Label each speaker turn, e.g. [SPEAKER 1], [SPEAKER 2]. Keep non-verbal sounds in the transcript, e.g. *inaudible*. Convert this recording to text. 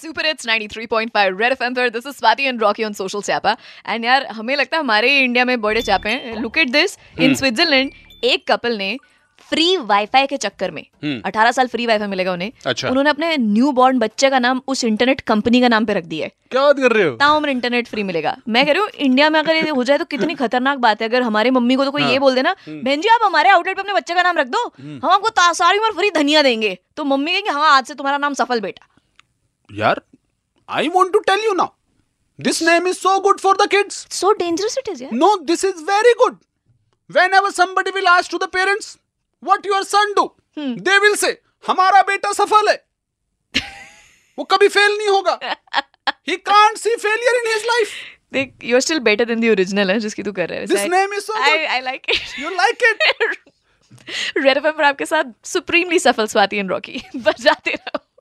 [SPEAKER 1] Super it's 93.5 red FM पर this is Swati and Rocky on social चैपा and यार हमें लगता है हमारे इंडिया में बड़े चैपे हैं look at this in Switzerland एक कपल ने फ्री वाईफाई के चक्कर में
[SPEAKER 2] हम्म।
[SPEAKER 1] 18 साल फ्री वाईफाई मिलेगा उन्हें
[SPEAKER 2] अच्छा।
[SPEAKER 1] उन्होंने अपने न्यू बॉर्न बच्चे का नाम उस इंटरनेट कंपनी का नाम पे रख दिया है
[SPEAKER 2] क्या बात कर रहे हो
[SPEAKER 1] ताउम्र इंटरनेट फ्री मिलेगा मैं कह रही हूँ इंडिया में अगर ये हो जाए तो कितनी खतरनाक बात है अगर हमारे मम्मी को तो कोई ये बोल देना बहन जी आप हमारे आउटलेट पे अपने बच्चे का नाम रख दो हम आपको ता- सारी उम्र फ्री धनिया देंगे तो मम्मी कहेंगे हाँ आज से तुम्हारा नाम सफल बेटा
[SPEAKER 2] यार I want to tell you now this name is so good for the kids
[SPEAKER 1] so dangerous it is यार
[SPEAKER 2] No, this is very good. Whenever somebody will ask to the parents, what your son do, they will say, हमारा बेटा सफल है वो कभी fail नहीं होगा He can't see failure in his life.
[SPEAKER 1] देख you are still better than the original है जिसकी तू कर रहा है
[SPEAKER 2] This name is so
[SPEAKER 1] I
[SPEAKER 2] good.
[SPEAKER 1] I like it *laughs*
[SPEAKER 2] You like it?
[SPEAKER 1] *laughs* Red FM पर आपके साथ सुप्रीमली सफल स्वाति एंड रॉकी बजाते रहो